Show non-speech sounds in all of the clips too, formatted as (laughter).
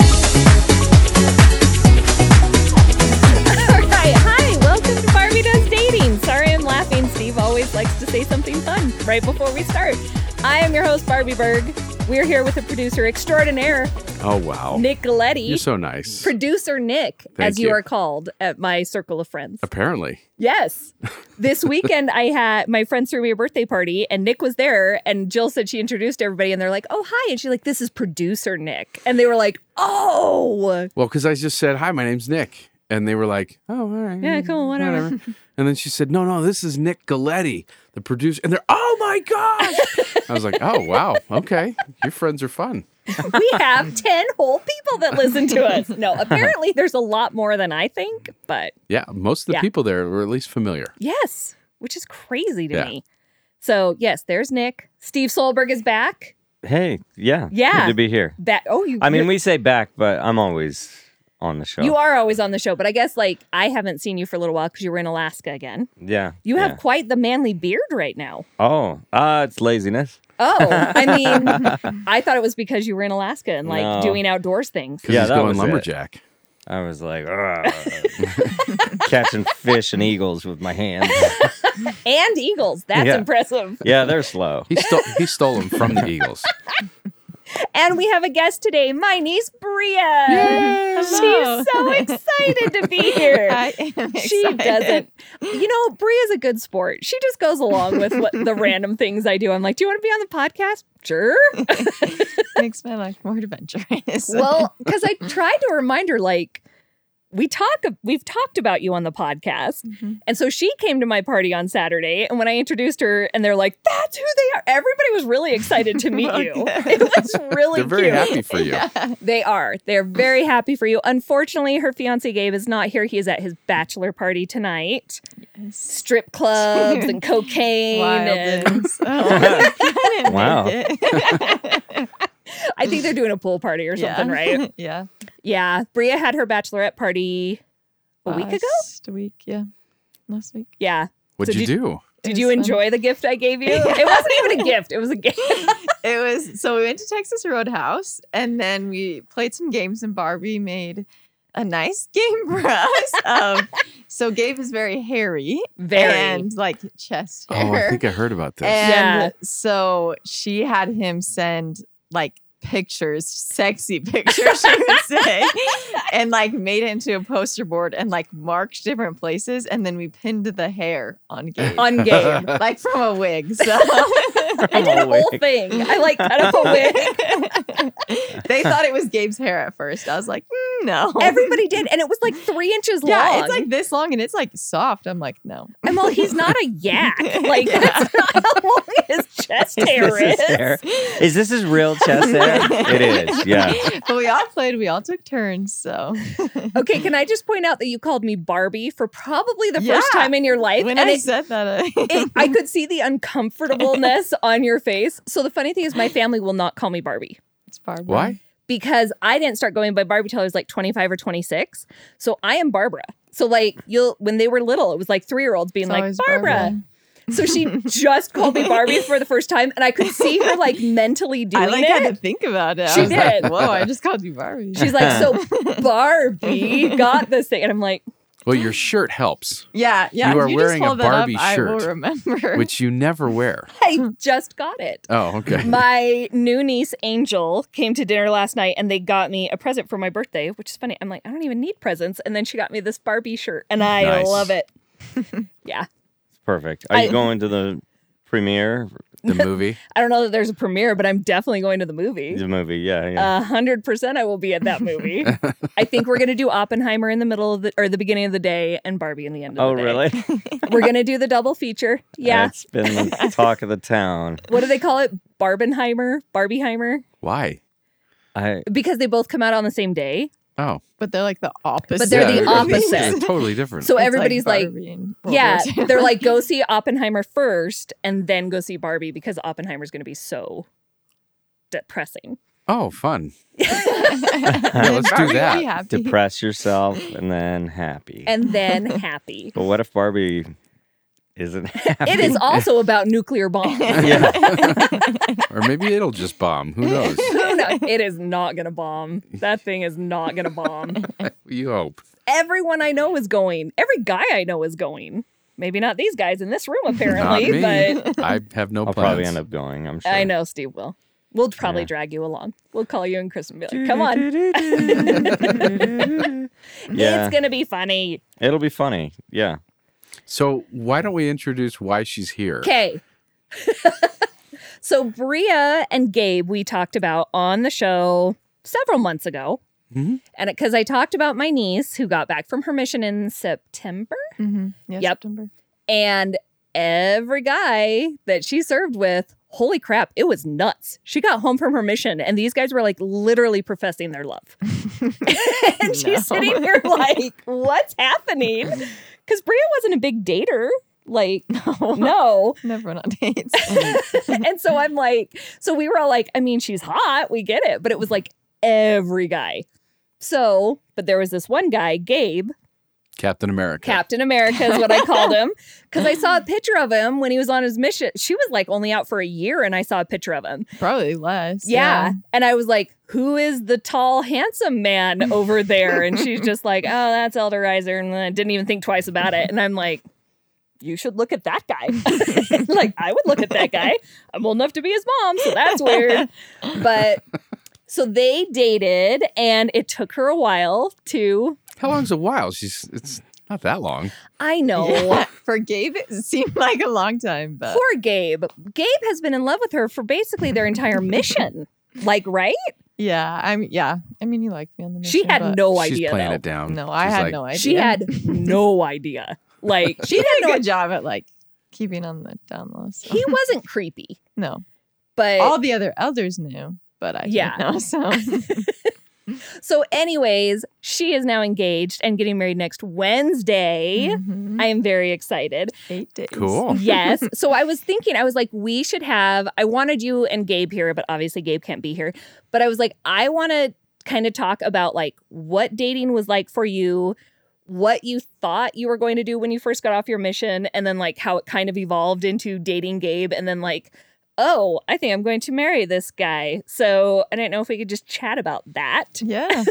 (laughs) right before we start. I am your host, Barbie Berg. We're here with the producer extraordinaire, Oh wow. Nick Letty. You're so nice. Producer Nick, Thank as you, you. are called at my circle of friends. Apparently. Yes. This weekend, I had my friends threw me a birthday party, and Nick was there. And Jill said she introduced everybody, and they're like, "Oh, hi!" And she's like, "This is producer Nick," and they were like, "Oh, Well, because I just said, Hi, my name's Nick. And they were like, Oh, all right. Yeah, cool, whatever." (laughs) And then she said, No, no, this is Nick Galletti, the producer. And they're, Oh my (laughs) gosh. I was like, Oh wow. Okay. Your friends are fun. we have (laughs) ten whole people that listen to us." (laughs) No, apparently, there's a lot more than I think, but Yeah. Most of the Yeah. people there were at least familiar. yes, which is crazy to Yeah. me. So yes, there's Nick. Steve Solberg is back. Hey, yeah. Yeah. Good to be here. That oh, you. I mean, we say back, but I'm always on the show. you are always on the show, but I guess like I haven't seen you for a little while because you were in Alaska again. Yeah. You have yeah. quite the manly beard right (laughs) now. Oh, uh, it's laziness. Oh, I mean, I thought it was because you were in Alaska and like No. doing outdoors things. Because Yeah, he's that going was it. lumberjack. I was like, (laughs) "Ugh." catching fish and eagles with (laughs) my hands. And eagles. That's Yeah. impressive. Yeah, they're slow. He stole he stole him from (laughs) (laughs) the Eagles. And we have a guest today, my niece Bria. Hello. She's so excited to be here. (laughs) I (laughs) am she excited. doesn't. You know, Bria's a good sport. She just goes along with what the random things I do. I'm like, do you want to be on the podcast? Sure. makes my life more adventurous. (laughs) (laughs) well, because I tried to remind her, like, we talk, we've talked about you on the podcast, Mhm. and so she came to my party on Saturday. And when I introduced her, and they're like, "That's who they are." Everybody was really excited to meet Well, you. good. It was really They're very cute. happy (laughs) for you. They are. They're very happy for you. Unfortunately, her fiance Gabe is not here. He is at his bachelor party tonight. Yes. Strip clubs (laughs) and cocaine. and Wildness. Oh, (laughs) I (laughs) couldn't Wow. (laughs) make it. (laughs) I think they're doing a pool party or Yeah. something, (laughs) right? Yeah. Yeah. Bria had her bachelorette party a week ago. Last week, yeah. Last week. Yeah. What'd So you did- do? It Did was you fun. enjoy the gift I gave (laughs) you? It wasn't even a gift. It was a gift. It was so we went to Texas Roadhouse and then we played some games and Barbie made a nice game for us. (laughs) um, so Gabe is very hairy Very. and like chest hair. Oh, I think I heard about this. Yeah. And so she had him send like (laughs) pictures, sexy pictures, she would say, and like made it into a poster board and like marked different places. And then we pinned the hair (laughs) on (laughs) Gabe, on game. like from a wig. So (laughs) I did a Always. whole thing. I like cut up a wig. (laughs) they thought it was Gabe's hair at first. I was like, "Mm, no. Everybody did, and it was like three inches yeah, long. it's like this long and it's like soft. I'm like, no. and well, he's not a yak. (laughs) Like Yeah. that's not how long his chest hair (laughs) this is. is hair. Is this his real chest (laughs) hair? it is. Yeah. (laughs) But we all played, we all took turns. So Okay, can I just point out that you called me Barbie for probably the Yeah. first time in your life, when and I it- said that, (laughs) I, it- I could see the uncomfortableness on your face. So the funny thing is, my family will not call me Barbie. it's Barbara. Why? because I didn't start going by Barbie till I was like 25 or 26. So I am Barbara. So like you'll when they were little, it was like three year olds being It's like always Barbara. So (laughs) she just called me Barbie for the first time, and I could see her like mentally doing I like it. had to think about it. I She was like, did. Whoa, I just called you Barbie. She's like, so Barbie got this thing, and I'm like, Well, your shirt helps, (laughs) yeah, yeah. You are just wearing a hold that Barbie up, I will shirt, remember. which you never wear. I just got it. Oh, okay. (laughs) My new niece Angel came to dinner last night, and they got me a present for my birthday, which is funny. I'm like, I don't even need presents, and then she got me this Barbie shirt, and I Nice. love it. Perfect. Are I- you going to the premiere, the movie. I don't know that there's a premiere, but I'm definitely going to the movie. the movie? Yeah. yeah. A hundred percent, I will be at that movie. I think we're gonna do Oppenheimer in the middle of the or the beginning of the day, and Barbie in the end. of oh, the day. really? We're gonna do the double (laughs) feature. (laughs) Yeah. That's been the talk of the town. what do they call it? Barbenheimer, Barbieheimer, Why? (laughs) I because they both come out on the same day. Oh, (laughs) but they're like the opposite. But they're the they're- opposite. (laughs) (laughs) They're totally different. So everybody's like, yeah, they're like, go see Oppenheimer first, and then go see Barbie because Oppenheimer's gonna be so depressing. oh, fun. let's do that. (laughs) depress yourself and then happy. And then happy. but what if Barbie isn't happy? It is also about nuclear bombs. (laughs) (laughs) Yeah. Or maybe it'll just bomb. Who knows? No, it is not gonna bomb. That thing is not gonna bomb. You hope. everyone I know is going. Every guy I know is going. Maybe not these guys in this room, apparently, Not but (laughs) me. I have no I'll plans. probably end up going. I'm sure. I know Steve will. We'll probably Yeah. drag you along. We'll call you and Chris and be like, come on, Yeah, it's going to be funny. it'll be funny. Yeah. So why don't we introduce why she's here? Okay. (laughs) so Bria and Gabe, we talked about on the show several months ago. Mhm. And because I talked about my niece who got back from her mission in September, Mhm. Yeah, Mm-hmm. Yep. September. and every guy that she served with, holy crap, it was nuts. She got home from her mission, and these guys were like literally professing their love. (laughs) and she's No. sitting here like, what's happening? Because Bria wasn't a big dater. Like, no. Never on (laughs) dates. and so I'm like, so we were all like, I mean, she's hot, we get it, but it was like every guy. So, but there was this one guy, Gabe, Captain America. Captain America is what I called him, because I saw a picture of him when he was on his mission. She was like only out for a year, and I saw a picture of him. Probably less. Yeah. And I was like, who is the tall, handsome man over there? And she's just like, oh, that's Elder Riser. And I didn't even think twice about it. And I'm like, you should look at that guy. (laughs) like, I would look at that guy. I'm old enough to be his mom, so that's weird. But so they dated, and it took her a while to. How long's a while? She's it's not that long. I know. (laughs) Yeah. For Gabe, it seemed like a long time, but Poor Gabe. Gabe has been in love with her for basically their entire mission. Like, right? yeah, I'm. Yeah, I mean, he liked me on the mission. She had but no she's idea. playing though. it down. No, I Um, She's had (laughs) like, no idea. She had no idea. Like she (laughs) She had did a no good idea. job at like keeping on the down low. so- He wasn't creepy, no, but all the other elders knew, but I Yeah. didn't (laughs) know. So (laughs) so anyways, she is now engaged and getting married next Wednesday. Mhm. I am very excited. eight days. (laughs) Cool. (laughs) Yes. So I was thinking, I was like, we should have, I wanted you and Gabe here, but obviously Gabe can't be here. But I was like, I want to kind of talk about like what dating was like for you, what you thought you were going to do when you first got off your mission, and then like how it kind of evolved into dating Gabe, and then like, oh, I think I'm going to marry this guy. So I didn't know if we could just chat about (sighs) that. Yeah.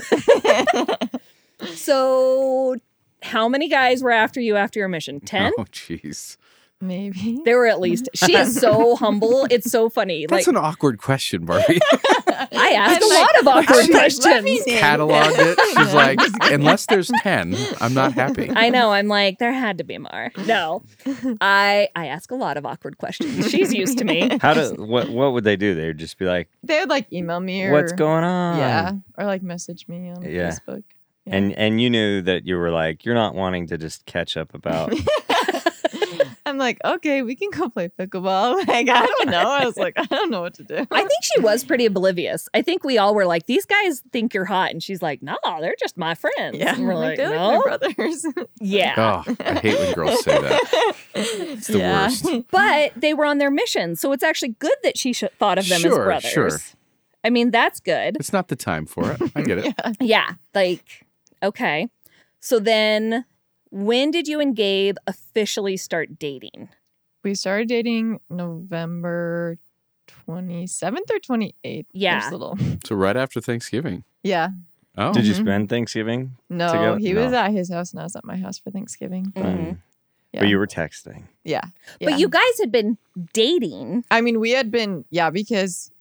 So, how many guys were after you after your mission? 10? Oh jeez. Maybe. (laughs) There were at least. She is so (laughs) humble. It's so funny. That's like an awkward question, (laughs) Barbie. I asked a (laughs) I'm like, lot of awkward I'm like, let me questions. think. Cataloged it. She's like, unless there's ten, I'm not happy. I know. I'm like, there had to be (laughs) more. No, I I ask a lot of awkward questions. (laughs) She's used to me. How do what? What would they do? They would just be like, (laughs) They would like email me or "What's going on?" Yeah, or like message me on Yeah. Facebook. Yeah. And and you knew that you were like, you're not wanting to just catch up about. I'm like, okay, we can go play pickleball. (laughs) Like, I don't know. I was like, I don't know what to do. (laughs) I think she was pretty oblivious. I think we all were like, these guys think you're hot, and she's like, nah, they're just my friends. yeah, And we're I'm like, they're no, like my brothers. (laughs) (laughs) yeah. Oh, I hate when girls say that. it's the yeah. worst. But they were on their mission, so it's actually good that she sh- thought of them as Sure, brothers. sure. I mean, that's good. It's not the time for it. I get it. Yeah. Yeah, like okay. So then, when did you and Gabe officially start dating? (laughs) We started dating November 27th or 28th. Yeah. There's little. So right after Thanksgiving. Yeah. Oh, Did you Mhm. spend Thanksgiving? No, Together? he was No. at his house and I was at my house for Thanksgiving. Mhm. Um, Yeah. But you were texting. yeah. yeah. But you guys had been dating. I mean, we had been, yeah, because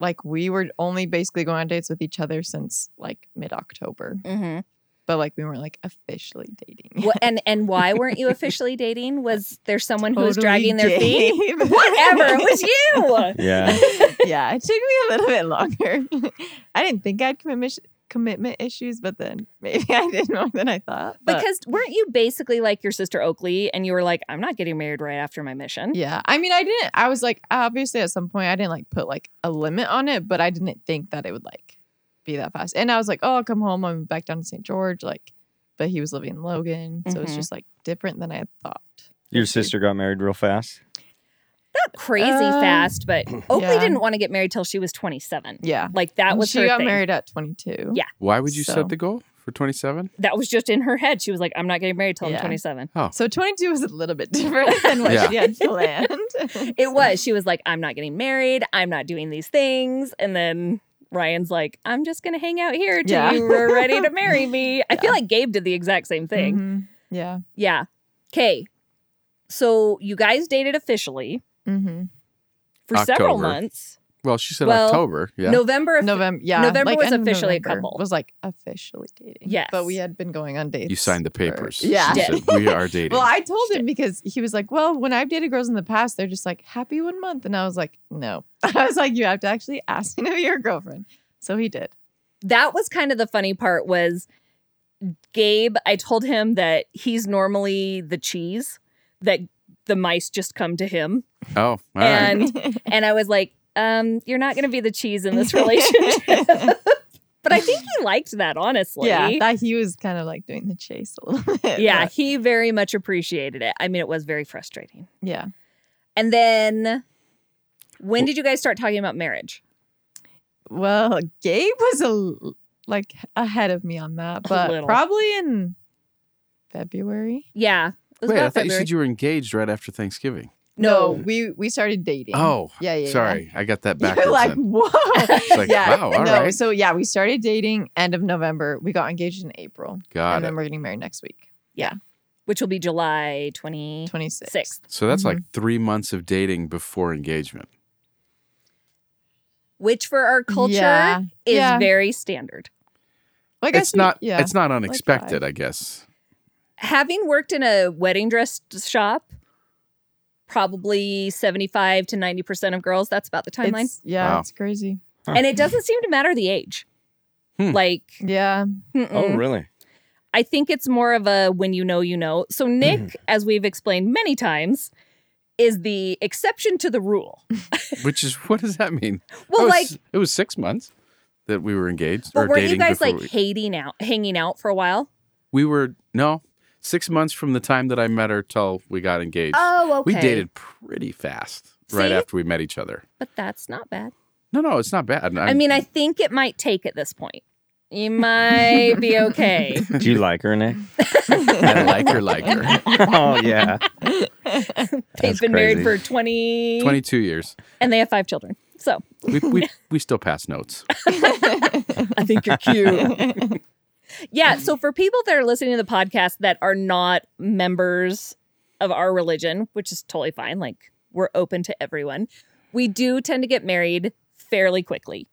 like we were only basically going on dates with each other since like mid October, Mm-hmm. but like we weren't like officially dating. Well, and and why weren't you officially dating? Was there someone who was Totally dragging their (laughs) feet? Gabe. (laughs) Whatever, (laughs) it was you. (laughs) Yeah. yeah, it took me a little bit longer. (laughs) I didn't think I'd commit mis- commitment issues, but then maybe (laughs) I did more than I thought. But Because weren't you basically like your sister Oakley, and you were like, "I'm not getting married right after my mission." Mm-hmm. yeah, I mean, I didn't. I was like, obviously, at some point, I didn't like put like a limit on it, but I didn't think that it would like be that fast. And I was like, oh, I'll come home. I'm back down to St. George, like. But he was living in Logan, so it's Mm-hmm. Mhm. just like different than I had thought. Your sister got married real fast. Not crazy Um, fast, but Oakley yeah. didn't want to get married till she was 27. Yeah, Like that And was she her got thing. married at 22. Yeah. Why would you So- set the goal for 27? That was just in her head. She was like, "I'm not getting married till Yeah. I'm 27." So 22 was a little bit (laughs) different than what Yeah. she (laughs) had planned. It was. She was like, I'm not getting married. I'm not doing these things. And then Ryan's like, I'm just going to hang out here till Yeah. you were (laughs) Mm-hmm. ready to marry me. I feel like Gabe did the exact same thing. Mhm. Mm-hmm. Yeah. Yeah. Okay. So you guys dated officially Mm-hmm. for several October. months. Well, she said Well, October. Yeah. November. November, yeah, November was end of officially a November couple. Was like officially dating. Yes. but we had been going on dates. you signed the for- papers. yeah. She said, we are dating. Well, I told him because he was like, "Well, when I've dated girls in the past, they're just like happy one month," and I was like, "No." (laughs) I was like, "You have to actually ask me to be your girlfriend." So he did. that was kind of the funny part was Gabe, I told him that he's normally the cheese that the mice just come to him. oh, all right. and (laughs) and I was like, um, you're not going to be the cheese in (laughs) this (laughs) relationship. but I think he liked that honestly. yeah, that he was kind of like doing the chase a little (laughs) bit. yeah, but he very much appreciated it. I mean, it was very frustrating. yeah. And then when did you guys start talking about marriage? Well, Gabe was a l- like ahead of me on that, but little. probably in February. Yeah. It was Wait, I about thought you February. said you were engaged right after Thanksgiving. No. we we started dating. Oh, yeah, yeah. yeah. (laughs) sorry. I (laughs) got that backwards. You're like, then. whoa. It's like, wow, all no. right. So yeah, we started dating end of November. We got engaged in April, Got and it. then we're getting married next week, which will be July 26th. 26th. So that's like Mm-hmm. three months of dating before engagement. Which for our culture Yeah. is Yeah. very standard. Like I It's said, not. Yeah. It's Oh not unexpected, I guess. Having worked in a wedding dress shop, probably 75 to 90% of girls, that's about the timeline. It's- yeah, Wow. it's crazy. and it doesn't seem to matter the age. Hmm. Like, Yeah. (laughs) mm-mm. Oh, really? I think it's more of a when you know, you know. So, Nick, Mm-hmm. as we've explained many times, is the exception to the (laughs) rule. Which is what does that mean? Well, That like, was- it was six months that we were engaged Oh, or but weren't dating you guys before like we, hating out, hanging out for a while? we were no six months from the time that I met her till we got engaged. Oh, We dated pretty fast right See? after we met each other. but that's not bad. No, no, it's not bad. i mean, I think it might take at this point. (laughs) You might be okay. (laughs) Do you like her, Nick? (laughs) I like her, like her. oh (laughs) yeah. They've That's been married for crazy. 20, Twenty-two years. and they have five children. So (laughs) We we, we still pass notes. (laughs) I think you're cute. yeah. So for people that are listening to the podcast that are not members of our religion, which is totally fine, like we're open to everyone, we do tend to get married fairly quickly.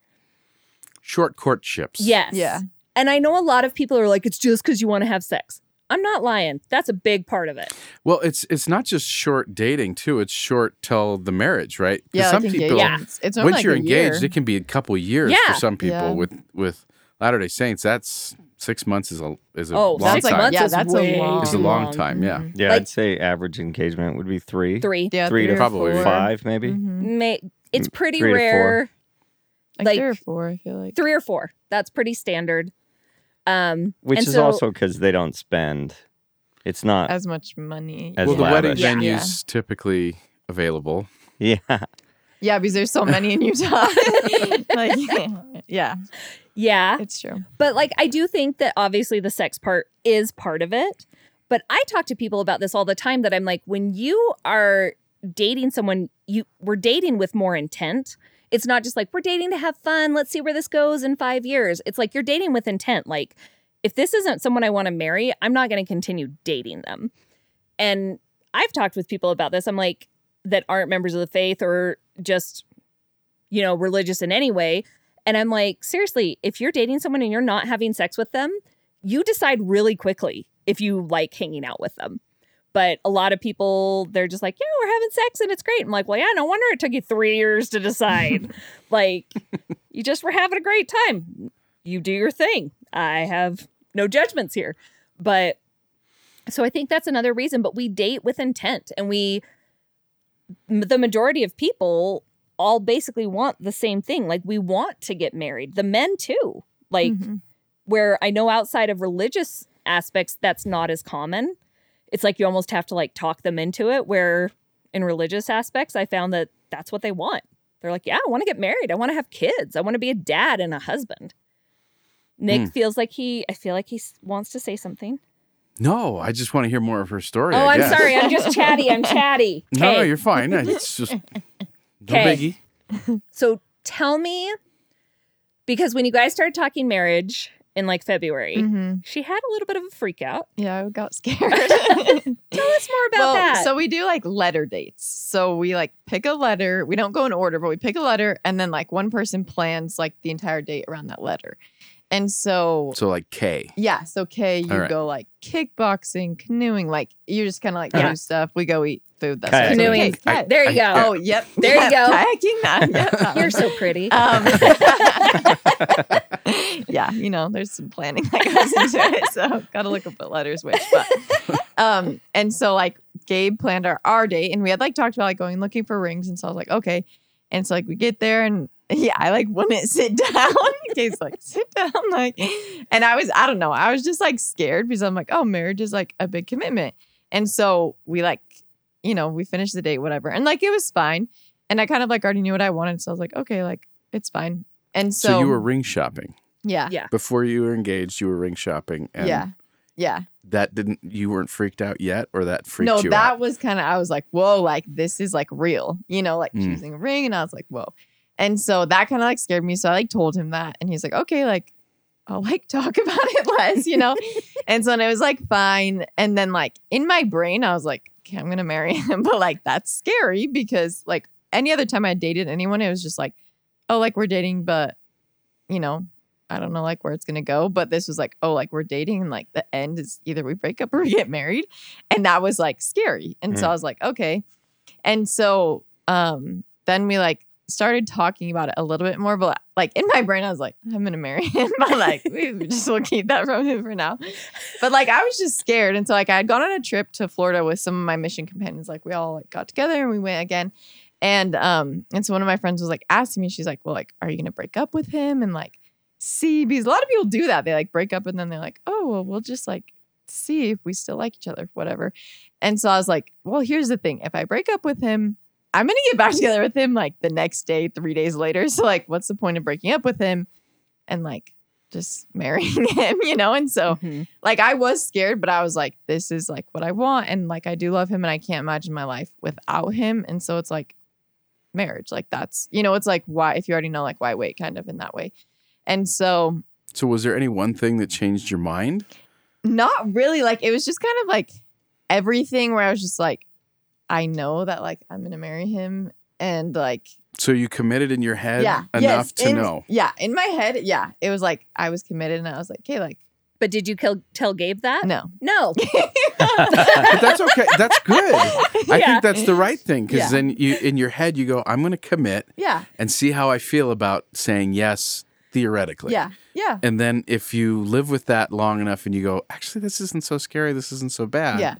Short courtships. Yes. Yeah. And I know a lot of people are like, it's just because you want to have sex. I'm not lying. That's a big part of it. Well, it's it's not just short dating too. It's short till the marriage, right? 'Cause Yeah, Some like people, Yeah. engagements. It's normally once like you're a engaged, year. it can be a couple years Yeah. for some people. Yeah. With with Latter Day Saints, that's six months is a is a Oh, long six time. months Yeah, is that's a way long- It's a too long, time. Yeah. Mhm. Yeah, Like- I'd say average engagement would be three, Three. Yeah, Three to or probably four. five, maybe. Mhm. Ma- it's pretty three to four. rare. Like, Like- three or four, I feel like. Three or four. That's pretty standard. Um, Which and is so- also because they don't spend. It's not. as much money. As Well, the lavish. wedding Yeah. venues typically available. (laughs) yeah. Yeah, because there's so many (laughs) in Utah. (laughs) like, yeah, yeah. it's true. But like I do think that obviously the sex part is part of it. But I talk to people about this all the time that I'm like when you are dating someone you we're dating with more intent. It's not just like we're dating to have fun, let's see where this goes in 5 years. It's like you're dating with intent like if this isn't someone I want to marry, I'm not going to continue dating them. And I've talked with people about this. I'm like that aren't members of the faith or just you know religious in any way and I'm like, seriously, if you're dating someone and you're not having sex with them, you decide really quickly if you like hanging out with them. But a lot of people, they're just like, yeah, we're having sex and it's great. I'm like, well, yeah, no wonder it took you three years to decide. like, you just were having a great time. You do your thing. I have no judgments here. But so I think that's another reason. But we date with intent and we, m- the majority of people all basically want the same thing. Like we want to get married. The men too. Like Mhm. where I know outside of religious aspects that's not as common. It's like you almost have to like talk them into it where in religious aspects I found that that's what they want. They're like, "Yeah, I want to get married. I want to have kids. I want to be a dad and a husband." Nick Hmm. feels like he I feel like he s- wants to say something. No, I just want to hear more of her story. oh, I I'm guess. sorry. I'm (laughs) just chatty. I'm chatty. No, no, Okay. you're fine. It's (laughs) just no 'Kay. biggie. So tell me, because when you guys started talking marriage in like February, Mhm. she had a little bit of a freak out. Yeah, I got (laughs) scared. Tell us more about well, that. So we do like letter dates. So we like pick a letter. We don't go in order, but we pick a letter and then like one person plans like the entire date around that letter. And so So like K. yeah, so Kay, you All right. go like kickboxing, canoeing, like you just kind of like Yeah. do stuff. We go eat food. That's Kayaking. Canoeing. Okay, kayak. there you I- go. Oh, yep. There you go. Kayaking. (laughs) That, yep, that You're one. so (laughs) pretty. Um, (laughs) yeah, you know, there's some planning that goes into it. So gotta look up what letters which. But um, and so like Gabe planned our our date and we had like talked about like going looking for rings. And so I was like, okay. And so like we get there and (laughs) yeah, I like wouldn't sit (laughs) down. Gabe's like, sit down, like and I was, I don't know, I was just like scared because I'm like, oh, marriage is like a big commitment. And so we like, you know, we finished the date, whatever. And like it was fine. And I kind of like already knew what I wanted. So I was like, okay, like it's fine. And so, So, you were ring shopping yeah, Yeah. before you were engaged. You were ring shopping, and yeah, yeah. that didn't. You weren't freaked out yet, or that freaked No, you that out. was kind of, I was like, whoa, like this is like real, you know, like Mm. choosing a ring. And I was like, whoa. And so that kind of like scared me. So I like told him that. And he's like, okay, like I'll like (laughs) talk about it less, (laughs) you know? and so then it was like, fine. And then like in my brain, I was like, okay, I'm going to marry him. (laughs) But like that's scary because like any other time I dated anyone, it was just like, oh, like we're dating, but you know, I don't know like where it's gonna go. But this was like, oh, like we're dating and like the end is either we break up or we get married. And that was like scary. And so I was like, okay. And so um then we like started talking about it a little bit more, but like in my brain, I was like, I'm gonna marry him. (laughs) But like we just will keep that from him for now. But like I was just scared. And so like I had gone on a trip to Florida with some of my mission companions. Like we all like got together and we went again. And um, and so one of my friends was like asking me, she's like, Well, like, are you gonna break up with him? And like see because a lot of people do that. They like break up and then they're like, oh, well, we'll just like see if we still like each other, whatever. And so I was like, well, here's the thing. If I break up with him, I'm gonna get back (laughs) together with him like the next day, three days later. (laughs) So like, what's the point of breaking up with him and like just (laughs) marrying him, you know? And so Mhm. like I was scared, but I was like, this is like what I want. And like I do love him and I can't imagine my life without him. And so it's like marriage. Like that's you know, it's like why if you already know, like why wait kind of in that way. And so So was there any one thing that changed your mind? not really like it was just kind of like everything where I was just like, I know that like I'm gonna marry him and like So you committed in your head yeah enough yes, to in- know. Yeah, in my head, yeah. It was like I was committed and I was like, okay, like but did you kill, tell Gabe that? no. (laughs) No. (laughs) But that's okay. That's good. (laughs) I Yeah. think that's the right thing because Yeah. then you, in your head, you go, "I'm going to commit Yeah, and see how I feel about saying yes theoretically." yeah, yeah. And then if you live with that long enough and you go, actually, this isn't so scary. This isn't so bad. Yeah.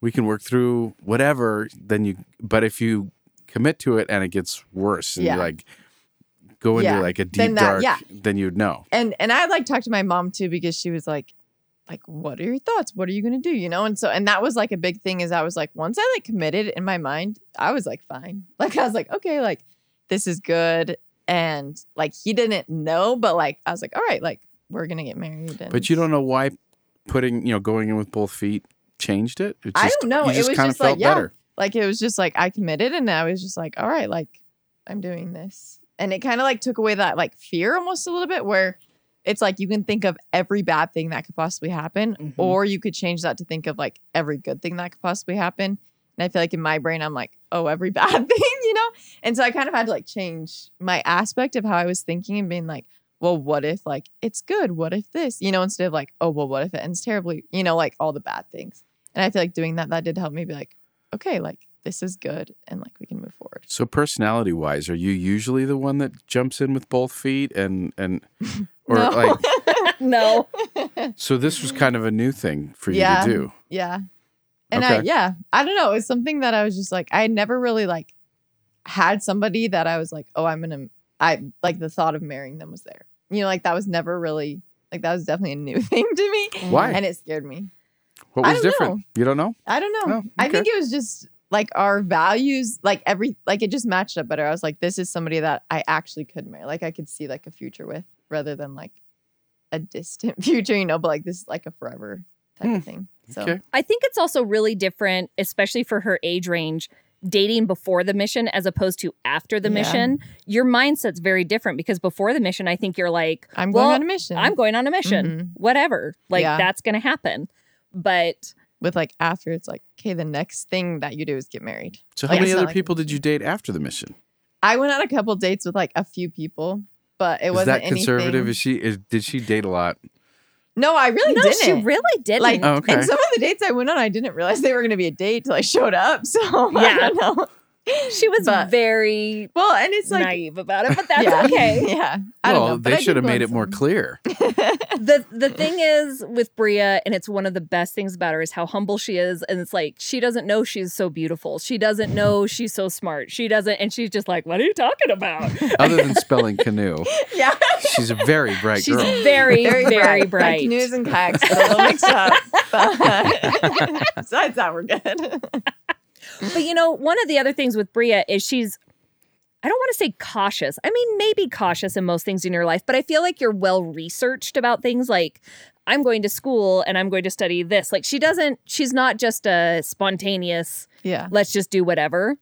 We can work through whatever. Then you, but if you commit to it and it gets worse and Yeah. you like go into Yeah. like a deep Then that- dark, yeah. then you'd know. and and I like talked to my mom too because she was like, like, what are your thoughts? What are you gonna do? You know, and so and that was like a big thing is I was like, once I like committed in my mind, I was like fine. (laughs) Like I was like, okay, like this is good. And like he didn't know, but like I was like, all right, like we're gonna get married. And But you don't know why putting, you know, going in with both feet changed it. It's I don't know. You It just was kind just of like, felt yeah. better. like it was just like I committed and I was just like, all right, like I'm doing this. And it kind of like took away that like fear almost a little bit where it's like you can think of every bad thing that could possibly happen, Mhm. or you could change that to think of like every good thing that could possibly happen. And I feel like in my brain, I'm like, oh, every (laughs) bad thing, you know? And so I kind of had to like change my aspect of how I was thinking and being like, well, what if like it's good? What if this? You know, instead of like, oh, well, what if it ends terribly? You know, like all the bad things. And I feel like doing that, that did help me be like, okay, like this is good and like we can move forward. (laughs) So personality wise, are you usually the one that jumps in with both feet and, (laughs) and, or No. like, no. so this was kind of a new thing for you Yeah. to do. (laughs) Yeah. And I Okay. yeah, I don't know. It's something that I was just like I had never really like had somebody that I was like, oh, I'm gonna I like the thought of marrying them was there. You know, like that was never really like that was definitely a new (laughs) thing to me. Why? And it scared me. What I was don't different? know. You don't know? I don't know. Oh, I okay. think it was just like our values, like every like it just matched up better. I was like, this is somebody that I actually could marry. Like I could see like a future with rather than like a distant (laughs) future, you know, but like this is like a forever type of thing. So Hmm. Okay. I think it's also really different, especially for her age range, dating before the mission as opposed to after the Yeah. mission, your mindset's very different because before the mission, I think you're like, I'm Well, going on a mission. I'm going on a mission, Mhm. whatever. Like Yeah. that's going to happen. But with like after it's like, okay, the next thing that you do is get married. So how Like, many it's not other like- people did you date after the mission? I went on a couple dates with like a few people, but it Is wasn't that conservative? anything- Is she? Is, did she date a lot? no, I really no, didn't. she really didn't. Like, Oh, okay. And some of the dates I went on, I didn't realize they were going to be a date till I showed up. (laughs) So yeah, Yeah. she was Oh. but- very well, and it's like naive about it, but that's yeah, (laughs) (laughs) okay. Yeah, I well, don't know. but I they did should have go made on it more some. clear. the the thing is with Bria, and it's one of the best things about her is how humble she is, and it's like she doesn't know she's so beautiful. She doesn't know she's so smart. She doesn't, and she's just like, "What are you talking about?" Other than spelling (laughs) canoe, yeah, she's a very bright she's girl. very, very, bright. Like canoes and kayaks, a little (laughs) mixed up. But (laughs) besides that, we're good. but you know, one of the other things with Bria is she's. I don't want to say cautious. I mean, maybe cautious in most things in your life, but I feel like you're well researched about things like I'm going to school and I'm going to study this. Like she doesn't she's not just a spontaneous Yeah, let's just do whatever.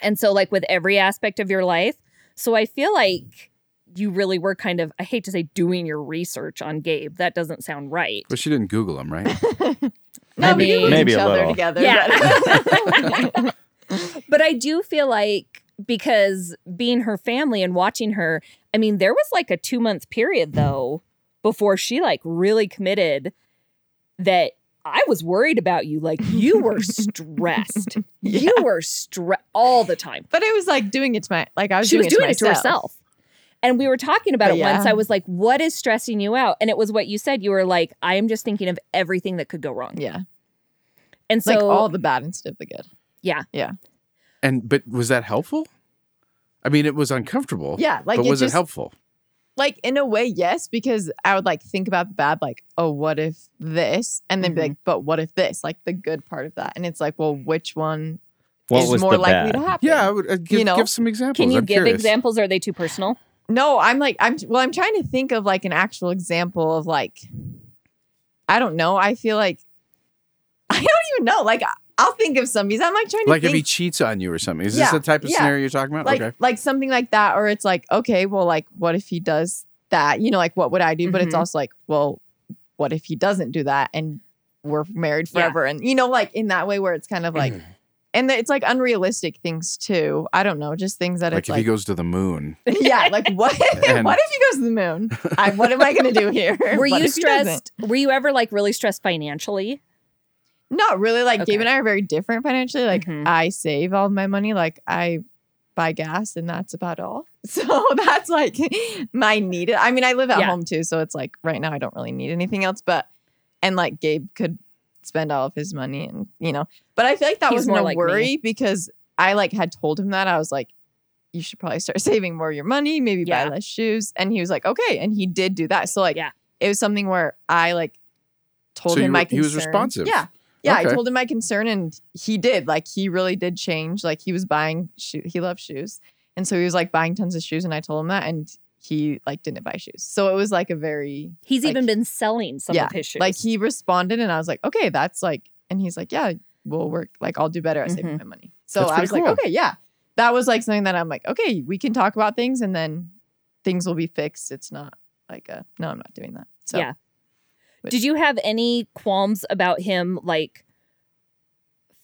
And so, like, with every aspect of your life. So, I feel like you really were kind of, I hate to say, doing your research on Gabe. That doesn't sound right. But she didn't Google him, right? (laughs) no, we Maybe- did with Maybe each a other little. (laughs) together. Yeah. (laughs) but- But I do feel like because being her family and watching her, I mean, there was like a two month period though before she like really committed that I was worried about you. Like, you were stressed. You were stressed all the time. But it was like doing it to my like I was she doing was doing it to myself. herself. And we were talking about But it yeah. once. I was like, what is stressing you out? And it was what you said. You were like, I am just thinking of everything that could go wrong. Yeah, And so like all the bad instead of the good. And but was that helpful? I mean, it was uncomfortable. Yeah, like but it was it just, helpful? Like in a way, yes, because I would like think about the bad, like oh, what if this, and then be Mm-hmm. like, but what if this, like the good part of that, and it's like, well, which one What is was more the likely bad? to happen? Yeah, I would uh, give, know? give some examples. can you I'm give curious. examples? Or are they too (laughs) personal? No, I'm like I'm well, I'm trying to think of like an actual example of like I don't know. I feel like (laughs) I don't even know. Like I- I'll think of some because I'm like trying to Like if think he cheats on you or something. Is Yeah, this the type of yeah. scenario you're talking about? like okay. like something like that or it's like okay, well like what if he does that? You know, like what would I do? But it's Mm-hmm. Mhm. also like, well, what if he doesn't do that and we're married Yeah. forever and you know like in that way where it's kind of like Mm-hmm. and it's like unrealistic things too. I don't know, just things that Like it's if like he goes to the moon. (laughs) yeah, like what? (laughs) And- (laughs) what if he goes to the moon? I, what am I going to do here? Were What you if he doesn't? stressed? Were you ever like really stressed financially? Not really. Like Okay. Gabe and I are very different financially. Like Mhm. I save all my money. Like I buy gas, and that's about all. (laughs) So that's like my needed. I mean, I live at Yeah. home too, so it's like right now I don't really need anything else. But and like Gabe could spend all of his money, and you know. But I feel like that He's was more more a like me. worry because I like had told him that I was like. You should probably start (laughs) saving more of your money, maybe Yeah. buy less shoes. And he was like, okay. And he did do that. So, like, Yeah. it was something where I like told So him you- my he was concern. responsive. Yeah. Yeah, I Okay. told him my concern, and he did. Like, he really did change. Like, he was buying shoe. He loved shoes, and so he was like buying tons of shoes. And I told him that, and he like didn't buy shoes. So it was like a very He's Like- even been selling some Yeah, of his shoes. like he responded, and I was like, okay, that's like. And he's like, yeah, we'll work. Like, I'll do better at saving Mhm. my money. So Mm-hmm. That's I pretty was cool. like, okay, yeah, that was like something that I'm like, okay, we can talk about things, and then things will be fixed. It's not like a no, I'm not doing that. So Yeah. which- Did you have any qualms about him, like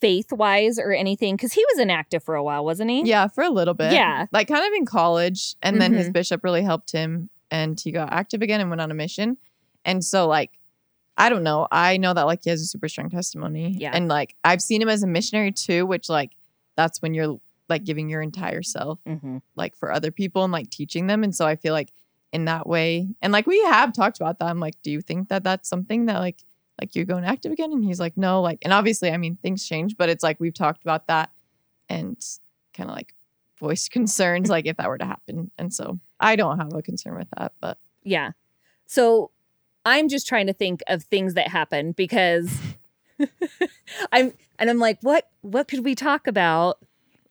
faith wise or anything? Because he was inactive for a while, wasn't he? Yeah, for a little bit. Yeah. Mm-hmm. Like kind of in college. And then his bishop really helped him and he got active again and went on a mission. And so like I don't know. I know that like he has a super strong testimony. Yeah. And like I've seen him as a missionary too, which like that's when you're like giving your entire self hmm like for other people and like teaching them. And so I feel like in that way, and like we have talked about that. I'm like, do you think that that's something that like like you're going active again? And he's like, no. Like, and obviously, I mean, things change, but it's like we've talked about that and kind of like voiced (laughs) concerns, like if that were to happen. And so I don't have a concern with that, but Yeah. So I'm just trying to think of things that happen because (laughs) I'm and I'm like, what what could we talk about?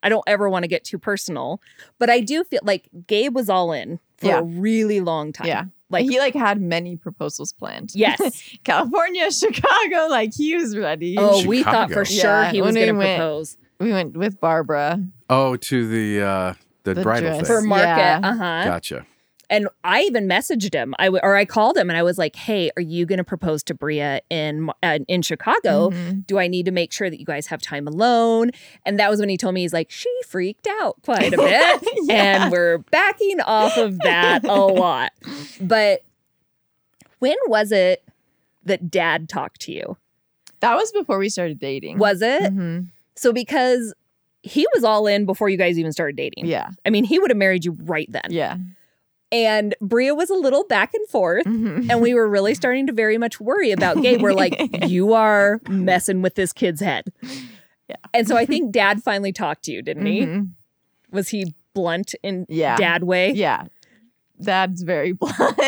I don't ever want to get too personal, but I do feel like Gabe was all in for Yeah. a really long time. yeah. Like Like he like had many proposals planned. (laughs) (laughs) yes. California, (laughs) Chicago, like he was ready. oh, we thought Chicago. for sure Yeah, he when was we going to went- propose. we went with Barbara. Oh, to the uh the, The bridal dress. for thing. market. Yeah. Uh huh. Gotcha. And I even messaged him. I w- or I called him and I was like, "Hey, are you going to propose to Bria in uh, in Chicago? Mhm. Do I need to make sure that you guys have time alone?" And that was when he told me he's like, "She freaked out quite (laughs) a bit." Yeah. And we're backing off of that (laughs) a lot. But when was it that dad talked to you? that was before we started dating. Was it? Mhm. So because he was all in before you guys even started dating. Yeah. I mean, he would have married you right then. (laughs) Yeah. And Bria was a little back and forth. Mhm. and we were really starting to very much worry about Gabe. We're (laughs) like, you are messing with this kid's head. Yeah. And so I think dad finally talked to you, didn't Mhm. he? Was he blunt in Yeah. dad way? Yeah. That's very (laughs) blunt.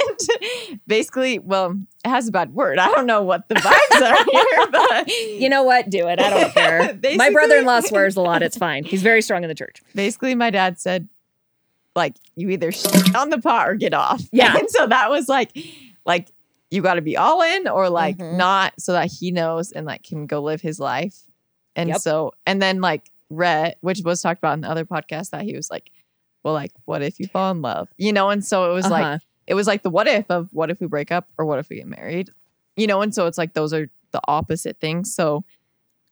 Basically, well, it has a bad word. I don't know what the (laughs) vibes are here, but You know what? Do it. I (laughs) don't care. My Basically- brother in law swears a lot. It's fine. He's very strong in the church. basically my dad said like you either shit on the pot or get off (laughs) Yeah. and so that was like like you got to be all in or like Mhm. not so that he knows and like can go live his life and Yep. so and then like Rhett, which was talked about in the other podcast that he was like well like what if you fall in love you know and so it was like Uh-huh. it was like the what if of what if we break up or what if we get married you know and so it's like those are the opposite things so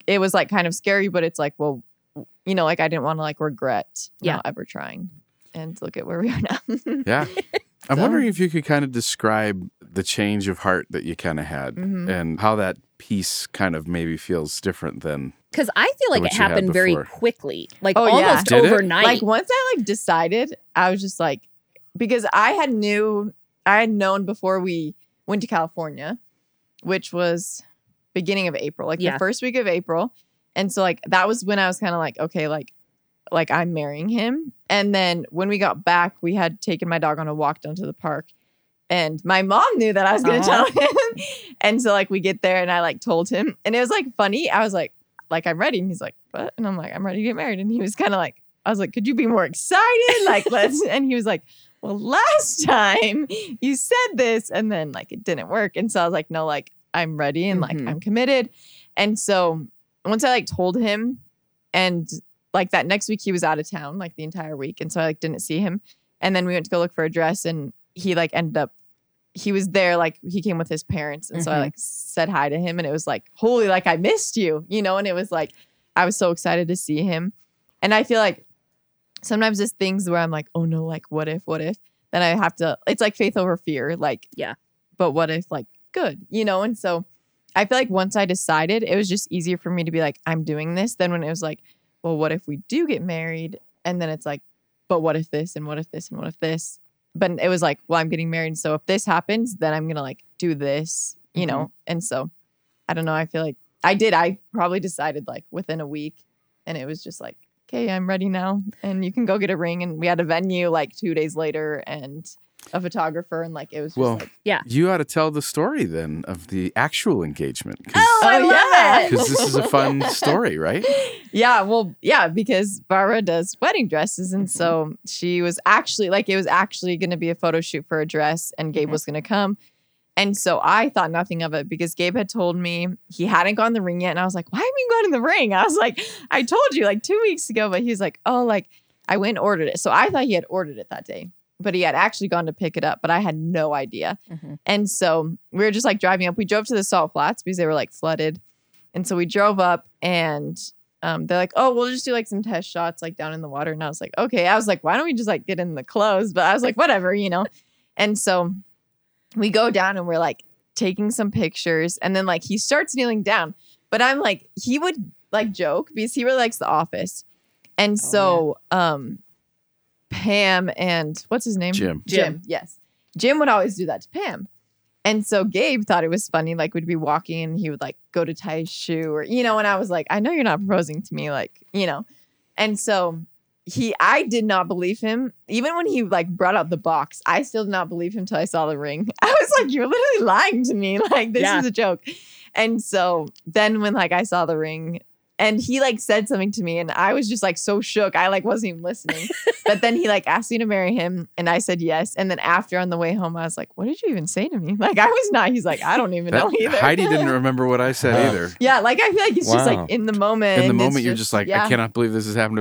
it was like kind of scary but it's like well you know like i didn't want to like regret Yeah. not ever trying and look at where we are now (laughs) Yeah. I'm So- wondering if you could kind of describe the change of heart that you kind of had Mhm. and how that piece kind of maybe feels different than Because I feel like What it you had happened very before. quickly, like Oh, yeah. almost Did it? overnight. like once i like decided i was just like because i had knew i had known before we went to california which was beginning of april like Yeah. the first week of april and so like that was when i was kind of like okay like like i'm marrying him and then when we got back we had taken my dog on a walk down to the park and my mom knew that i was going to Uh-huh. tell him (laughs) and so like we get there and i like told him and it was like funny i was like like i'm ready and he's like what and i'm like i'm ready to get married and he was kind of like I was like, could you be more excited? Like, let's. And he was like, well, last time you said this, and then like it didn't work. And so I was like, no, like I'm ready Mhm. and like I'm committed. And so once I like told him, and like that next week he was out of town like the entire week, and so I like didn't see him. And then we went to go look for a dress, and he like ended up. He was there, like he came with his parents, and so I Mhm. like said hi to him, and it was like, holy, like I missed you, you know. And it was like I was so excited to see him, and I feel like sometimes there's things where I'm like, oh no, like what if, what if? Then I have to, it's like faith over fear. Like, Yeah. But what if, like, good, you know? And so I feel like once I decided, it was just easier for me to be like, I'm doing this than when it was like, well, what if we do get married? And then it's like, but what if this and what if this and what if this? But it was like, well, I'm getting married. So if this happens, then I'm going to like do this, you know? And so I don't know. I feel like I did. I probably decided like within a week and it was just like, okay, I'm ready now. And you can go get a ring. And we had a venue like two days later and a photographer. And like, it was just Well, like, you ought to tell the story then of the actual engagement because oh, I Oh, yeah. (laughs) love it. this is a (laughs) fun story, right? yeah, well, yeah, because Barbara does wedding dresses. And so she was actually like, it was actually going to be a photo shoot for a dress, and Gabe Mhm. was going to come. And so I thought nothing of it because Gabe had told me he hadn't gotten the ring yet. And I was like, why haven't you gotten the ring? I was like, I told you like two weeks ago, but he was like, oh, like I went and ordered it. So I thought he had ordered it that day, but he had actually gone to pick it up, but I had no idea. Mhm. And so we were just like driving up. We drove to the salt flats because they were like flooded. And so we drove up and um, they're like, oh, we'll just do like some test shots like down in the water. And I was like, okay. I was like, why don't we just like get in the clothes? But I was like, whatever, you know? And so we go down and we're like taking some pictures. And then like he starts kneeling down. But I'm like, he would like joke because he really likes the office. And so um Pam and what's his name? Jim. Jim. Jim. yes. Jim would always do that to Pam. And so Gabe thought it was funny. Like, we'd be walking and he would like go to tie his shoe or, you know, and I was like, I know you're not proposing to me, like, you know. And so he, I did not believe him. Even when he like brought out the box, I still did not believe him till I saw the ring. (laughs) I was like, you're literally lying to me. (laughs) Like, this Yeah. is a joke. And so then when like I saw the ring, And he like said something to me, and I was just like so shook. I like wasn't even listening. but then he like asked me to marry him, and I said yes. And then after on the way home, I was like, "What did you even say to me?" (laughs) Like I was not. He's like, "I don't even know That- either." Heidi didn't remember what I said Huh. either. (laughs) Yeah, like I feel like it's just Wow. like in the moment. In the it's moment, you're just like, I yeah. cannot believe this has happened.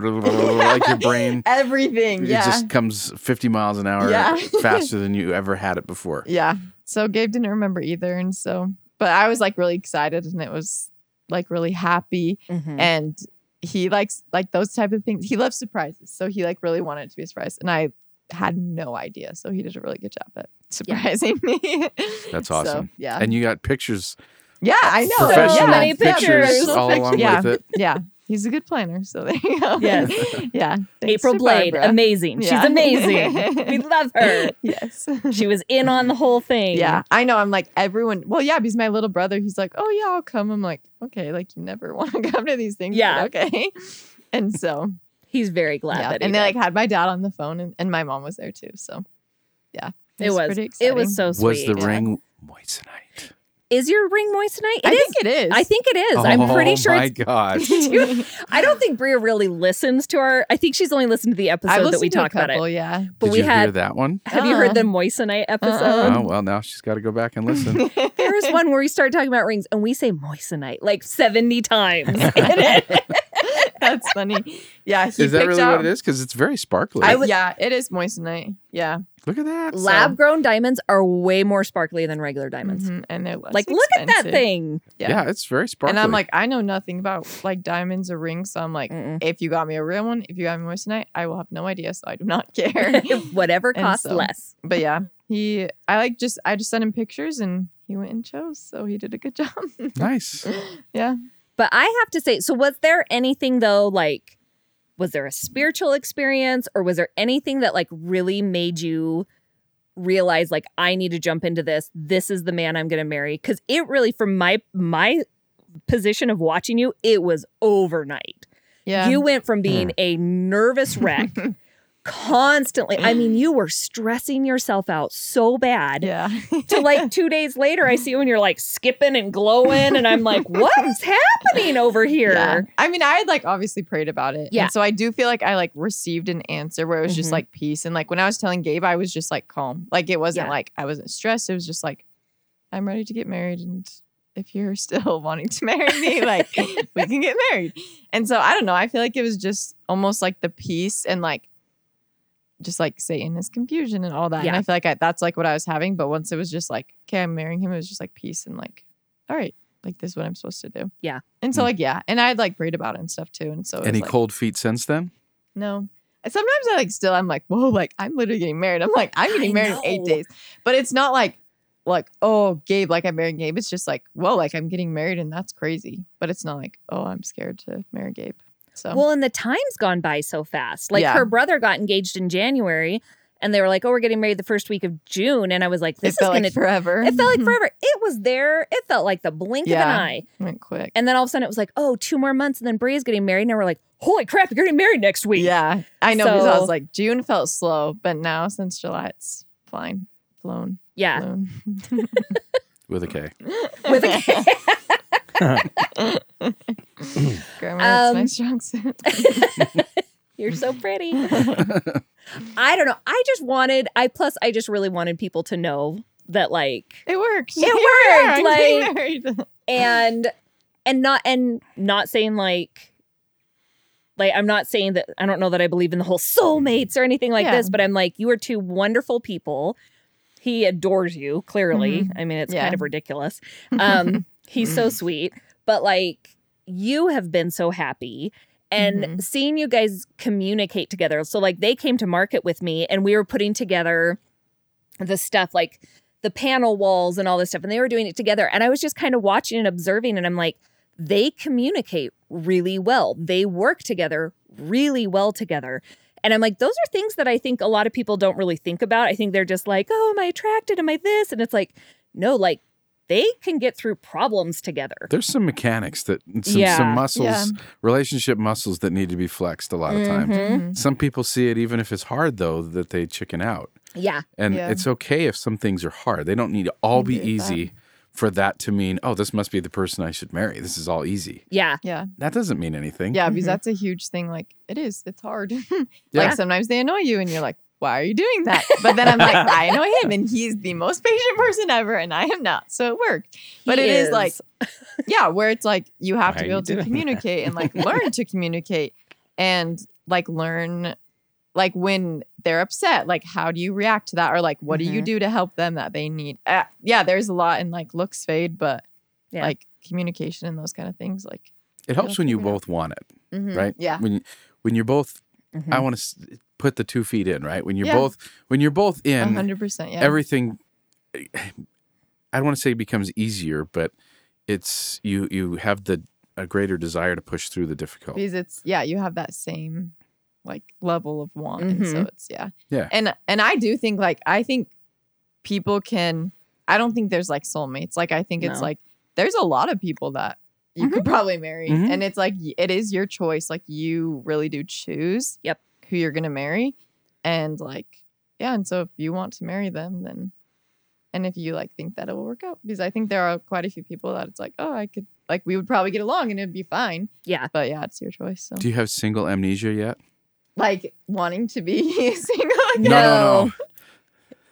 like your (laughs) brain, everything. it Yeah, just comes 50 miles an hour Yeah. faster than you ever had it (laughs) before. yeah. So Gabe didn't remember either, and so but I was like really excited, and it was like really happy, Mhm. and he likes like those type of things. He loves surprises, so he like really wanted it to be a surprise, and I had no idea. So he did a really good job at surprising me. That's So, uh awesome. yeah, And you got pictures, yeah, I know. professional yeah. many pictures, pictures. all along Yeah. with it. yeah. He's a good planner, so there you go. Yes. (laughs) yeah. Thanks April to Blade, Barbara. amazing. Yeah. She's (laughs) amazing. we love her. yes. She was in on the whole thing. Yeah, I know. I'm like everyone. Well, yeah, because my little brother, he's like, "Oh yeah, I'll come." I'm like, "Okay, like you never (laughs) want to come to these things." but Yeah. okay. (laughs) And so, He's very glad yeah, that he and they did. like had my dad on the phone, and, and my mom was there too. So, yeah, it was pretty it was so exciting. sweet. Was the ring moissanite? Is your ring moissanite? It I is. think it is. I think it is. I'm pretty sure Oh my it's (laughs) God. (laughs) (laughs) Dude, I don't think Bria really listens to our. I think she's only listened to the I've episode that we listened to a talked about couple, it. Yeah. (laughs) But Did we you had. Um, hear that one? Have you heard Uh-uh. the Moissanite episode? Uh-uh. Oh, well, now she's got to go back (laughs) and listen. There is one where we start talking about rings and we say Moissanite like 70 times. (laughs) in (laughs) it. (laughs) That's funny. Yeah, he is that picked really out, what it is? Because it's very sparkly. I would, yeah, it is moissanite. Yeah, Look at that. Lab grown diamonds are way more sparkly than regular diamonds. Mhm, and they're less Like, look at that expensive. thing. yeah. it's very sparkly. And I'm like, I know nothing about like diamonds or rings, so I'm like, Mm-mm. if you got me a real one, if you got me moissanite, I will have no idea, so I do (laughs) not (laughs) care. Whatever And costs so- less. but yeah, he, I like just, I just sent him pictures and he went and chose, so he did a good (laughs) job. (clears throat) nice. yeah. But I have to say, so was there anything though, like, was there a spiritual experience or was there anything that like really made you realize like I need to jump into this? This is the man I'm gonna marry. Cause it really from my my position of watching you, it was overnight. Yeah. (laughs) You went from being a nervous wreck constantly. I mean, you were stressing yourself out so bad (laughs) yeah. to like two days later, I see you and you're like skipping and glowing, and I'm like, what is happening over here? Yeah. I mean, I had like obviously prayed about it. Yeah. And so I do feel like I like received an answer where it was Mhm. just like peace. And like when I was telling Gabe, I was just like calm. Like it wasn't Yeah. like I wasn't stressed. It was just like, I'm ready to get married. And if you're (laughs) still wanting to marry (laughs) me, like we can get married. And so I don't know. I feel like it was just almost like the peace and like, just like Satan is confusion and all that. And Yeah. I feel like I, that's like what I was having. But once it was just like, okay, I'm marrying him, it was just like peace and like, all right, like this is what I'm supposed to do. Yeah. And so Mm. like yeah, and I had like prayed about it and stuff too. And so it Any was, like, cold feet since then? No. And Sometimes I like still I'm like (laughs) whoa like I'm literally getting married. I'm like I'm I getting married in eight know. days, but it's not like like oh Gabe like I'm marrying Gabe. It's just like whoa like I'm getting married and that's crazy. But it's not like oh I'm scared to marry Gabe. So Well, and the time's gone by so fast. Like Yeah. her brother got engaged in January, and they were like, oh, we're getting married the first week of June. And I was like, it this is felt going like to. forever. Mm-hmm. It (laughs) felt like forever. It was there. It felt like the blink of Yeah. an eye. went quick. And then all of a sudden it was like, oh, two more months. And then Bria's getting married. And we're like, holy crap, you're getting married next week. Yeah, I know. because I So- was like June felt slow, but now since July it's flying, flown, Yeah. (laughs) flown. With a K. With a K. Grammar, that's my Um, (laughs) strong suit. You're so pretty. I don't know. I just wanted, I plus, I just really wanted people to know that, like, It worked. (laughs) It worked, like- and and not and not saying like like I'm not saying that I don't know that I believe in the whole soulmates or anything like Yeah. this, but I'm like you are two wonderful people. He adores you clearly. I mean, it's Mm-hmm. Yeah. kind of ridiculous. Um, he's so sweet, but like you have been so happy. And Mhm. seeing you guys communicate together. So, like, they came to market with me and we were putting together the stuff like the panel walls and all this stuff. And they were doing it together. And I was just kind of watching and observing. And I'm like, they communicate really well. They work together really well together. And I'm like, those are things that I think a lot of people don't really think about. I think they're just like, oh, am I attracted? Am I this? And it's like, no, like they can get through problems together. There's some mechanics that, and some, Yeah. some muscles, Yeah. relationship muscles that need to be flexed a lot of hmm? times. Mhm. Some people see it, even if it's hard, though, that they chicken out. Yeah. And Yeah. it's okay if some things are hard. They don't need to all be agree with that. easy for that to mean, oh, this must be the person I should marry. This is all easy. Yeah. Yeah. That doesn't mean anything. Yeah. Because Mhm. that's a huge thing. Like, it is, it's hard. (laughs) Yeah. Like, sometimes they annoy you and you're like, why are you (laughs) doing that? But then I'm like, I know him and he's the most patient person ever and I am not. So it worked. But He it is, is. (laughs) like, yeah, where it's like you have Why to be are you able to doing that? communicate and like learn to communicate and like learn like when they're upset, like how do you react to that? Or like what do you Mhm. do to help them that they need? Uh, yeah, there's a lot in like looks fade, but Yeah. like communication and those kind of things. Like It helps when you figure it both want it, Mm-hmm. mhm, right? Yeah. Mm. When when you're both, Mhm. I want to put the two feet in, right? When you're Yeah. both, when you're both a in, hundred percent. Yeah. everything. I don't want to say it becomes easier, but it's you. You have the a greater desire to push through the difficult. because it's yeah you have that same like level of want and so Mhm. it's yeah Yeah. and and i do think like i think people can i don't think there's like soulmates like i think it's No. like there's a lot of people that you could probably marry Mhm. and it's like y- it is your choice like you really do choose Yep. who you're gonna marry and like yeah and so if you want to marry them then and if you like think that it will work out because i think there are quite a few people that it's like oh i could like we would probably get along and it'd be fine Yeah. but yeah it's your choice so Do you have single amnesia yet? like wanting to be (laughs) single again. No, no, (laughs) no.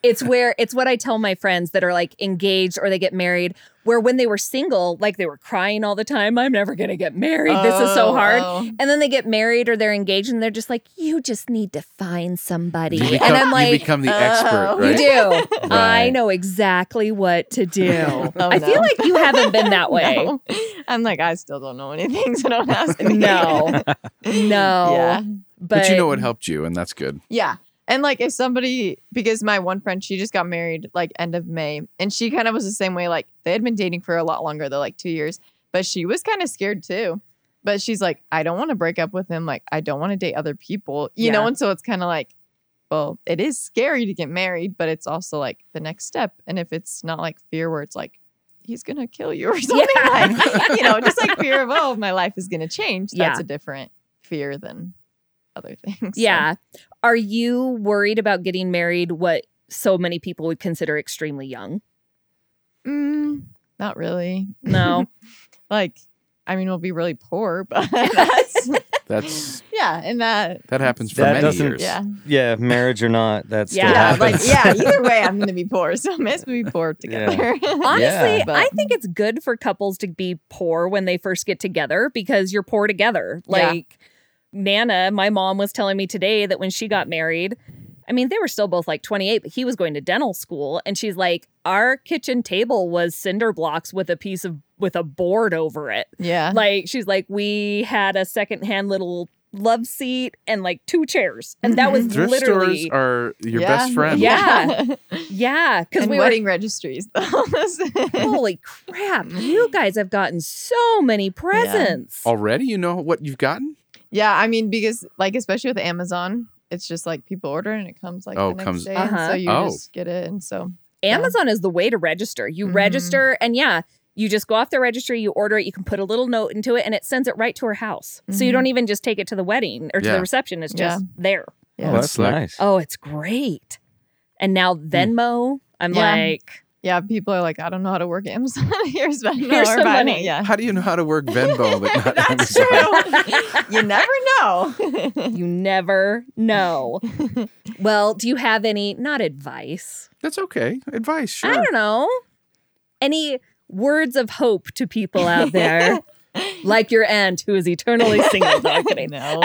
It's where it's what I tell my friends that are like engaged or they get married, where when they were single, like they were crying all the time, I'm never gonna get married. this is so Oh, hard. oh. And then they get married or they're engaged and they're just like, you just need to find somebody. You become, and I'm like, you become the expert, oh, you right? do. (laughs) I Right. know exactly what to do. (laughs) Oh, no. I feel like you haven't been (laughs) that way. No. I'm like, I still don't know anything, so don't ask me. (laughs) No. No. (laughs) Yeah. But, But, you know it helped you, and that's (laughs) good. Yeah. And like if somebody because my one friend, she just got married like end of May. And she kind of was the same way, like they had been dating for a lot longer, though, like two years. But she was kind of scared too. But she's like, I don't want to break up with him. Like, I don't want to date other people. You know? Yeah. And so it's kind of like, well, it is scary to get married, but it's also like the next step. And if it's not like fear where it's like, he's gonna kill you or (laughs) something, Yeah. like you know, just like fear of oh, my life is gonna change. That's Yeah. a different fear than other (laughs) things. So, Yeah. Are you worried about getting married what so many people would consider extremely young? mm, not really. No. like I mean, we'll be really poor, (laughs) but that's, That's yeah, and that that happens for That many doesn't- years. yeah, Yeah, marriage or not, that's still Yeah, yeah, like happens. (laughs) yeah. Either way, I'm gonna be poor, so I'm be poor Yeah. together. (laughs) Honestly, Yeah. I think it's good for couples to be poor when they first get together because you're poor together. Yeah. Like Nana, my mom was telling me today that when she got married, I mean, they were still both like 28, but he was going to dental school. And she's like, our kitchen table was cinder blocks with a piece of, with a board over it. yeah, Like, she's like, we had a secondhand little love seat and like two chairs. And that was (laughs) Mhm. Thrift literally. stores are your Yeah. best friend. Yeah. yeah. (laughs) Because and we were wedding registries. though. (laughs) Holy crap. You guys have gotten so many presents. Already, you know what you've gotten. yeah, I mean, because like especially with Amazon, it's just like people order and it comes like Oh, the next comes- day, and Uh-huh. so you Oh. just get it, and so Amazon is the way to register. You Mhm. register, and yeah, you just go off the registry, you order it, you can put a little note into it, and it sends it right to her house. So you Mhm. don't even just take it to the wedding or to Yeah. the reception. It's Yeah. just there. yeah, Oh, that's That's like- nice. Oh, it's great. And now Mm. Venmo, I'm Yeah. like, yeah. People are like, I don't know how to work Amazon. (laughs) Here's Venmo Here's or some Venmo. money. Yeah, How do you know how to work (laughs) Venmo but not That's Amazon? true. (laughs) you never know. (laughs) you never know. well, do you have any, not advice? That's okay. Advice, sure. I don't know. Any words of hope to people (laughs) out there? like your aunt who is eternally single. No, I'm (laughs) kidding. no.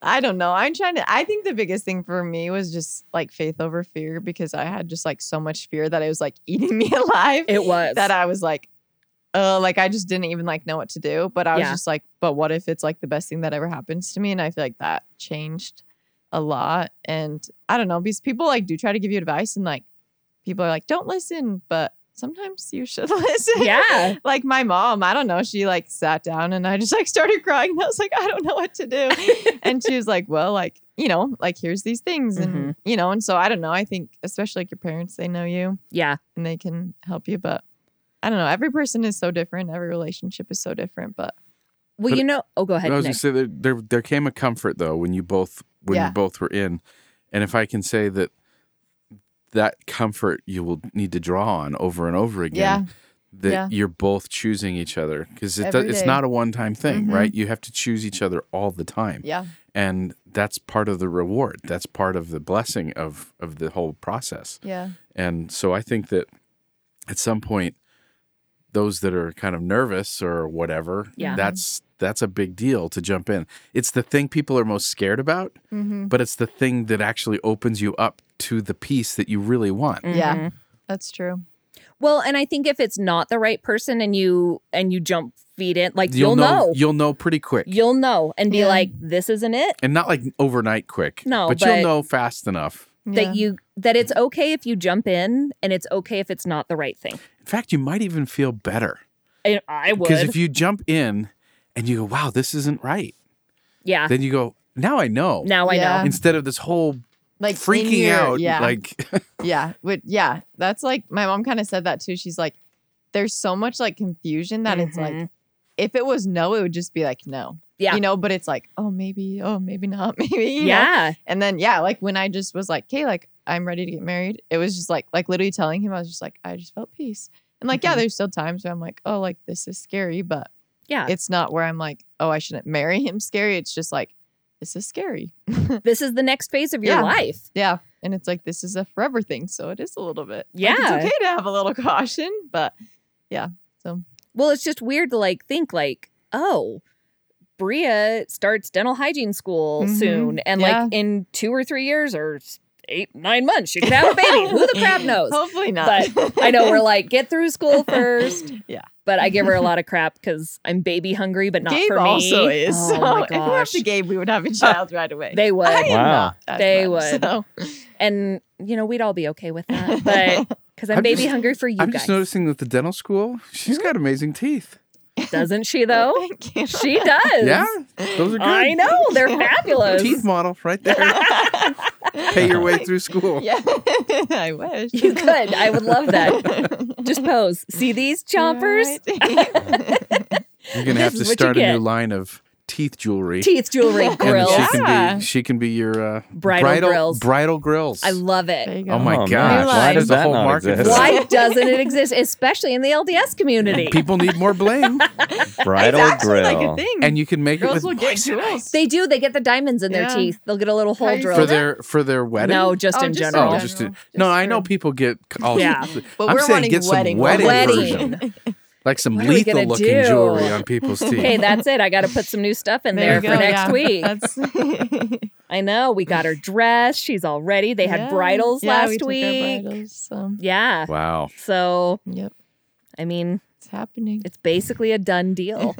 I don't know. I'm trying to I think the biggest thing for me was just like faith over fear because I had just like so much fear that it was like eating (laughs) me alive It was. that I was like uh like I just didn't even like know what to do, but I was Yeah. just like but what if it's like the best thing that ever happens to me and I feel like that changed a lot and I don't know because people like do try to give you advice and like people are like don't listen, but sometimes you should (laughs) (laughs) listen yeah. (laughs) like my mom, I don't know, she like sat down and I just like started crying. And I was like, I don't know what to do. and she was like, Well, like, you know, like here's these things. And, Mhm. you know, and so I don't know. I think, especially like your parents, they know you Yeah. and they can help you. But I don't know. Every person is so different. Every relationship is so different. But Well, But- you know, oh, go ahead. I was Nick. gonna say there, there there came a comfort though when you both when Yeah. you both were in, and if I can say that that comfort you will need to draw on over and over again yeah, that Yeah. you're both choosing each other because it do, Every it's day. not a one time thing, Mhm. right? You have to choose each other all the time, Yeah. and that's part of the reward. That's part of the blessing of of the whole process. Yeah. And so I think that at some point, those that are kind of nervous or whatever, Yeah. that's that's a big deal to jump in. It's the thing people are most scared about, Mm-hmm. but it's the thing that actually opens you up to the piece that you really want. Mm-hmm. Yeah. Mhm. That's true. Well, and I think if it's not the right person and you and you jump feet in, like you'll, know, You'll know pretty quick. you'll know and be Yeah. like, this isn't it. and not like overnight quick. No, but, but- you'll know fast enough. Yeah. That you that it's okay if you jump in, and it's okay if it's not the right thing. In fact, you might even feel better I, I would, because if you jump in and you go, "Wow, this isn't right," yeah. then you go, "Now I know." Uh-huh. Now I Yeah. know. Instead of this whole like in freaking your- out, Yeah. like (laughs) Yeah. But yeah, that's like my mom kind of said that too. She's like, there's so much like confusion that it's Mhm. like, if it was no, it would just be like no. Yeah. You know, but it's like, oh, maybe, oh, maybe not, (laughs) maybe. you know? yeah, And then yeah, like when I just was like, okay, like I'm ready to get married. It was just like like literally telling him I was just like, I just felt peace. And like, yeah, Mhm. there's still times where I'm like, oh, like this is scary, but yeah. it's not where I'm like, oh, I shouldn't marry him scary. It's just like, this is scary. this is the next phase of your Yeah. life. Yeah. And it's like this is a forever thing. So it is a little bit. like, Yeah. it's okay to have a little caution, but yeah. So Well, it's just weird to like think like, oh, Bria starts dental hygiene school Mhm. soon, and Yeah. like in two or three years or s- eight, nine months, she could have a baby. Who the (laughs) crap knows? Hopefully not. I know (laughs) we're like, get through school first. Yeah. But I give her a lot of crap because I'm baby hungry, but not Gabe for me. also is. Oh so my (laughs) if we were gosh. to Gabe, we would (laughs) have a child right away. They would. I am Wow. not that They much, would. so- and, you know, we'd all be okay with (laughs) that. But (laughs) because I'm, I'm baby just- hungry for you I'm guys. just noticing that the dental school, she's got amazing teeth. Doesn't she, (laughs) though? Thank (laughs) you. she does. Yeah, those are good. I know. They're fabulous. Teeth model right (laughs) there. Pay your way through school. yeah, I wish (laughs) You could. I would love that. Just pose. See these chompers? (laughs) You're gonna have This is to what you start a get. new line of teeth jewelry. Teeth (laughs) jewelry and grills. she can Yeah. be she can be your uh, Bridal grills. Bridal grills. I love it. Oh my Oh, man. gosh! Why There's does a that whole not market for exist? that. Why doesn't it exist, especially in the LDS community? People need more blame, Bridal grill. Like a thing. and you can make it girls with will get moissanite jewels. They do. They get the diamonds in their Yeah. teeth. They'll get a little hole How you drilled. for Well, their for their wedding. no, um, just Oh, in just in general. oh, just, to- General. no. Just I know for- people get all. Yeah. but I'm we're saying wanting get some wedding. wedding Wedding. version. like some What are we gonna lethal looking do? jewelry on people's (laughs) teeth. Hey, that's it. I got to put some new stuff in there, There you for go, next yeah. week. That's (laughs) I know. We got her dress. She's all ready. They had Yeah. bridals Yeah, we last took our week. bridals, so, Yeah. wow. So, yep, I mean, it's happening. it's basically a done (laughs) deal.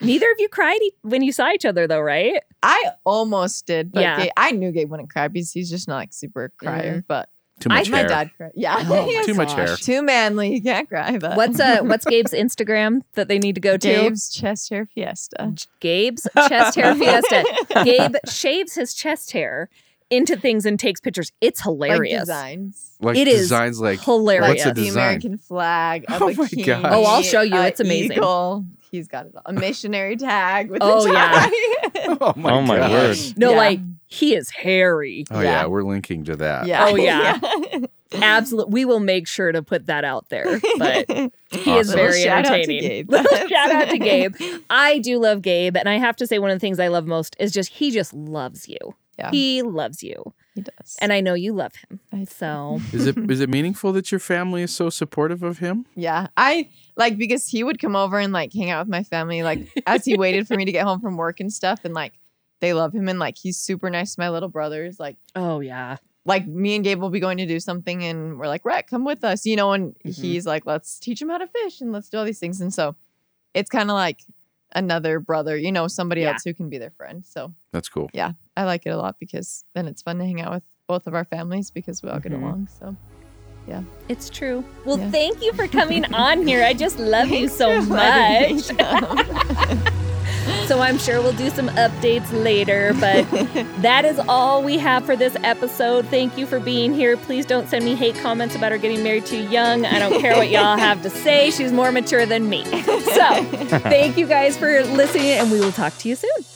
Neither of you cried e- when you saw each other, though, right? I almost did, but Yeah. Gabe- I knew Gabe wouldn't cry because he's just not like super a crier. But Too I- much my hair. dad cried. Yeah, Oh my (laughs) He was Too much hair. too manly. He can't cry. But What's uh What's Gabe's Instagram that they need to go to? Gabe's uh, chest hair fiesta? Gabe's chest hair fiesta. (laughs) Gabe shaves his chest hair into things and takes pictures. It's Like hilarious. designs. Like It is designs like hilarious. What's a the design? American (laughs) flag. a Oh my bikini, gosh. Oh, I'll show you. a It's amazing. eagle. He's got it all. A missionary tag with Oh, a yeah. tie. (laughs) (laughs) oh my, Oh my gosh. word. No, Yeah. like he is hairy. Oh yeah. Yeah. we're linking to that. (laughs) yeah. Oh, yeah. Absolutely. We will make sure to put that out (laughs) there. But he is Awesome. very Shout out to entertaining. (laughs) Gabe. Little (laughs) shout out to Gabe. I do love Gabe. And I have to say, one of the things I love most is just he just loves you. Yeah. He loves you. he does. And I know you love him. I- So, Is it is it meaningful that your family is so supportive of him? yeah, I like because he would come over and like hang out with my family, like as he waited for me to get home from work and stuff, and like they love him and like he's super nice to my little brothers, like. oh, yeah. like me and Gabe will be going to do something and we're like, Rhett, come with us, you know, and Mhm. he's like, let's teach him how to fish and let's do all these things. And so it's kind of like another brother, you know, somebody Yeah. else who can be their friend. So That's cool. I like it a lot because then it's fun to hang out with both of our families because we all get Mhm. along. So It's true. Well, Yeah. thank you for coming on here. I just (laughs) love you Thanks so for letting me much. come. So I'm sure we'll do some updates later, but that is all we have for this episode. Thank you for being here. Please don't send me hate comments about her getting married too young. I don't care what y'all have to say. She's more mature than me. So thank you guys for listening, and we will talk to you soon.